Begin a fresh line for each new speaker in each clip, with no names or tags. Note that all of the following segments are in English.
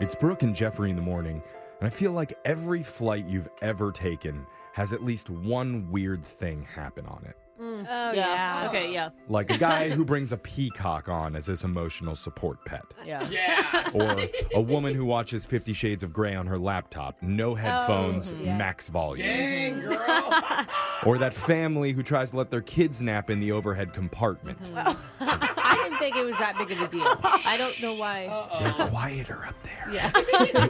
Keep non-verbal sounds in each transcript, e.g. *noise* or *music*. It's Brooke and Jeffrey in the morning, and I feel like every flight you've ever taken has at least one weird thing happen on it.
Oh
yeah. Okay, yeah.
Like a guy who brings a peacock on as his emotional support pet,
Yeah.
or a woman who watches Fifty Shades of Grey on her laptop, no headphones,
Oh, yeah.
max volume.
*laughs*
*laughs* Dang, girl.
Or that family who tries to let their kids nap in the overhead compartment.
*laughs*
Uh-huh.
I didn't think it was that big of a deal. I don't know why.
Uh,
Oh.
They're quieter up there.
Yeah.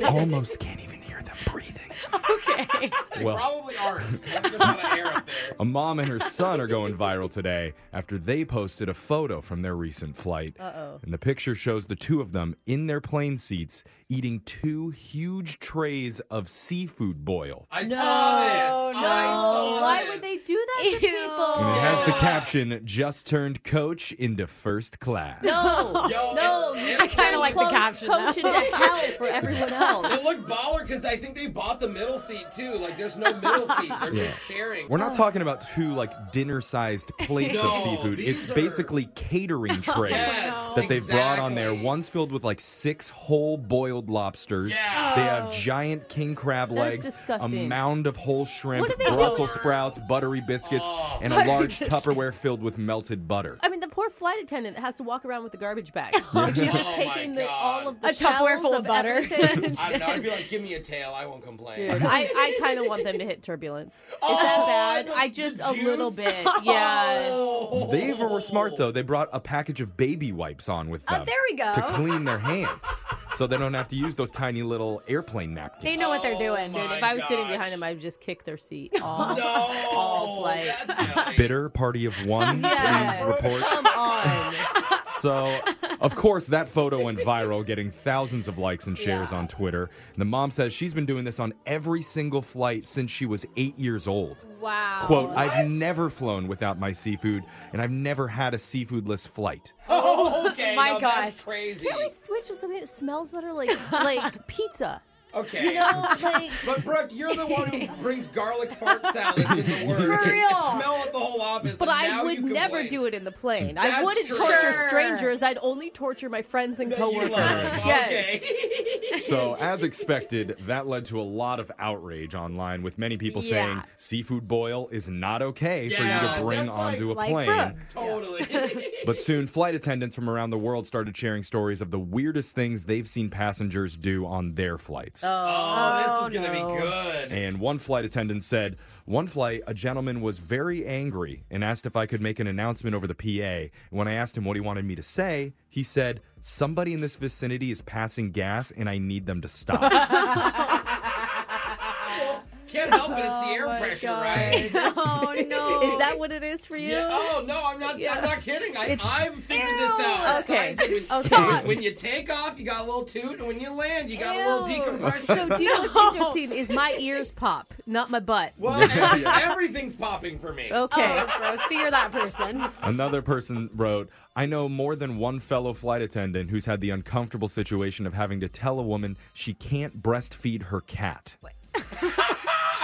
You almost can't even hear them breathing.
*laughs* Okay.
They
Well-
probably aren't. There's a lot of air up there.
A mom and her son are going viral today after they posted a photo from their recent flight.
Uh-oh.
And the picture shows the two of them in their plane seats eating two huge trays of seafood boil.
I saw this. I saw
Why
this.
would they do that to
Ew.
And it
people?
has the
Oh.
Yeah.
caption just turned coach into first class.
No.
Yo,
No.
it-
you
it
turned
kinda like the
coach-
caption, though.
Coach into hell
*laughs*
for everyone
It
else.
looked baller because I think they bought the middle seat too. Like, there's no middle seat. They're just sharing.
We're not talking about two like dinner sized plates of
No,
seafood.
these
It's
are-
basically catering trays
Yes,
that they've brought on there.
exactly.
One's filled with like six whole boiled lobsters.
Yeah.
They have giant king crab
is
legs, a
disgusting.
mound of whole shrimp,
What do they do?
Brussels sprouts, buttery biscuits,
Oh.
and a
Buttery
large
biscuits.
Tupperware filled with melted butter.
I mean, the poor flight attendant that has to walk around with the garbage bag. Like she's just
Oh my
taking the,
God.
all of the
A Tupperware
shells
full of
of
butter. *laughs*
everything.
I don't know. I'd be like, give me a tail. I won't complain.
Dude, I, I kind of want them to hit turbulence. Is
Oh,
that bad?
the-
I just
the
a little
juice?
bit. Yeah.
*laughs* Oh.
They were smart though. They brought a package of baby wipes on with them.
Oh, there we go.
To clean their hands, so they don't have to use those tiny little airplane napkins.
They know what they're doing.
Oh
Dude,
my
if I was sitting
gosh.
behind them, I'd just kick their seat.
*laughs*
all *laughs*
No.
like-
that's not-
bitter party of one
Yeah.
please report
Come on.
so of course that photo went viral getting thousands of likes and shares on twitter and the mom says she's been doing this on every single flight since she was eight years old
Wow.
quote i've never flown without my seafood and i've never had a seafoodless flight
*laughs* Oh, okay.
My
no, That's
gosh.
crazy.
Can we switch to something that smells better, like *laughs* like
*laughs*
pizza?
Okay.
You know, like
But Brooke, you're the one
*laughs*
who brings garlic fart
*laughs*
salads into work.
For
and- and
real.
smell at the whole office.
But I would never do it in the plane. I
That's
wouldn't
true.
torture
Sure.
strangers. I'd only torture my friends and
Coworkers.
coworkers. *laughs*
Yes.
so as expected that led to a lot of outrage online with many people saying
Yeah.
seafood boil is not okay for you
Yeah,
to bring
that's like-
onto a
like
plane
Brooke.
*laughs*
Totally.
But soon, flight attendants from around the world started sharing stories of the weirdest things they've seen passengers do on their flights.
oh, this is gonna
no.
be good.
And one flight attendant said, One flight, a gentleman was very angry and asked if I could make an announcement over the PA. And when I asked him what he wanted me to say, he said, Somebody in this vicinity is passing gas and I need them to stop.
Can't help it. It's the
Oh
air pressure, right?
*laughs* Oh no.
*laughs* Is that what it is for you?
Yeah. Oh no, I'm not. I'm not kidding. I, I've figured this out. It's
Okay. Oh,
scientific.
Okay.
When- When you take off, you got a little toot, and when you land, you got a little
Ew.
decompression.
So do you know
*laughs*
what's interesting is my ears pop, not my butt.
well,
*laughs*
every- everything's popping for me.
Okay.
Oh, gross. So you're that person.
Another person wrote, I know more than one fellow flight attendant who's had the uncomfortable situation of having to tell a woman she can't breastfeed her cat.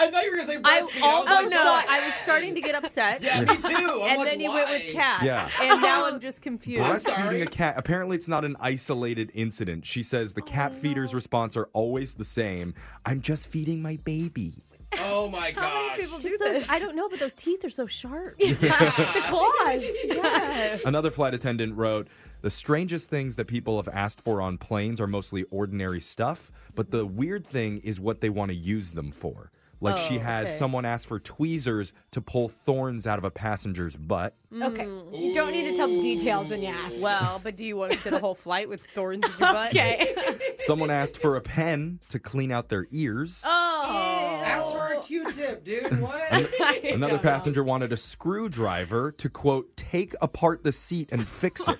I thought you were gonna say breastfeed.
I
was
almost
like,
thought
what?
I was starting to get upset.
Yeah, me too. I'm
And
like,
then you went with
why?
cat.
Yeah.
And now *laughs* I'm just confused.
Breastfeeding
sorry.
a cat. Apparently, it's not an isolated incident. She says the
Oh,
cat feeder's response are always the same. I'm just feeding my baby.
Oh my gosh.
Just
do
those-
this?
I don't know, but those teeth are so *laughs* sharp.
the
*laughs*
claws.
Another flight attendant wrote, "The strangest things that people have asked for on planes are mostly ordinary stuff, but the weird thing is what they want to use them for." Like she
Oh,
had
okay.
someone ask for tweezers to pull thorns out of a passenger's
*laughs*
butt.
Okay.
Mm.
You don't need to tell the details when you ask.
Well, but do you want to sit a whole flight with thorns in your butt?
*laughs*
*laughs*
Okay.
Someone asked for a pen to clean out their ears.
Oh.
Ask for a Q-tip, *laughs* dude. What?
*laughs* Another passenger wanted a screwdriver to quote take apart the seat and fix it.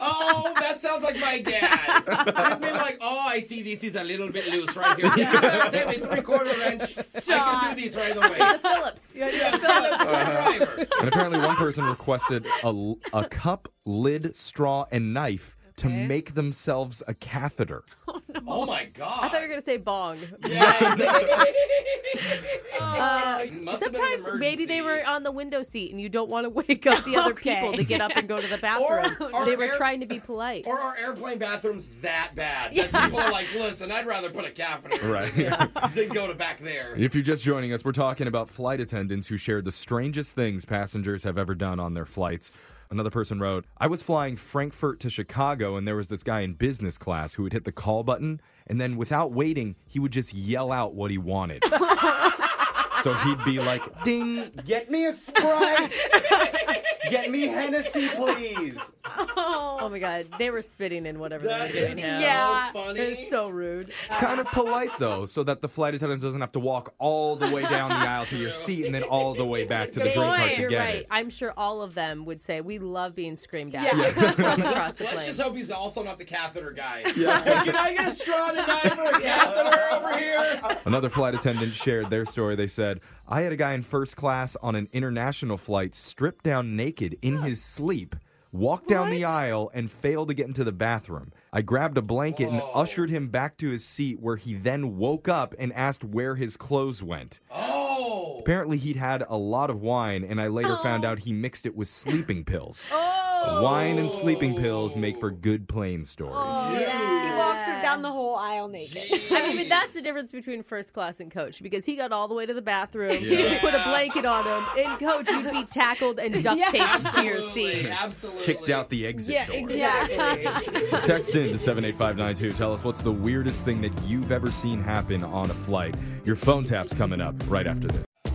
oh, that sounds like my dad. I'd be like, oh, I see this is a little bit loose right here. Yeah. Save me three quarter wrench. I can
Stop.
do these
*laughs*
right away.
Phillips. You
Yeah, Phillips screwdriver.
And apparently, one person requested a, a cup, lid, straw, and knife to
Okay.
make themselves a catheter.
Oh my god.
I thought you were going to say bong.
*laughs* yeah.
Uh, Sometimes maybe they were on the window seat and you don't want to wake up the other
Okay.
people to get up and go to *laughs* the bathroom.
or
they were
air-
trying to be polite.
Or are airplane bathrooms that bad
*laughs*
that people are like, listen, I'd rather put a catheter
Right.
in here than go to back *laughs* there.
If you're just joining us, we're talking about flight attendants who shared the strangest things passengers have ever done on their flights. Another person wrote, I was flying Frankfurt to Chicago, and there was this guy in business class who would hit the call button, and then without waiting, he would just yell out what he wanted. so he'd be like, Ding, get me a Sprite! get me Hennessy, please!
oh my God. They were spitting in whatever
That
they were
is
doing.
Yeah.
so funny.
It's so rude.
It's kind of polite, though, so that the flight attendant doesn't have to walk all the way down the aisle to your seat and then all the way back to the
Good
drink cart
point.
to
You're
get
right.
it.
I'm sure all of them would say we love being screamed at
Yeah.
from across the
Let's
plane.
just hope he's also not the
*laughs*
catheter guy. Can I get a straw tonight for a catheter over
*laughs*
here?
Another flight attendant shared their story. They said, I had a guy in first class on an international flight stripped down naked in his sleep, walked down the aisle, and failed to get into the bathroom. I grabbed a blanket and
Whoa.
ushered him back to his seat where he then woke up and asked where his clothes went.
Oh.
Apparently, he'd had a lot of wine, and I later found out he mixed it with sleeping pills. Oh. Wine and sleeping pills make for good plane stories.
Oh. He walked her down the whole aisle naked.
I mean, but that's the difference between first class and coach because he got all the way to the bathroom. He
Yeah.
just put a blanket on him. In coach, you'd be tackled and duct
Yeah.
taped to your
Absolutely,
seat.
Absolutely.
Kicked out the exit
Yeah,
door.
exactly.
Yeah.
Text in to 78592. Tell us what's the weirdest thing that you've ever seen happen on a flight. Your phone tap's coming up right after this.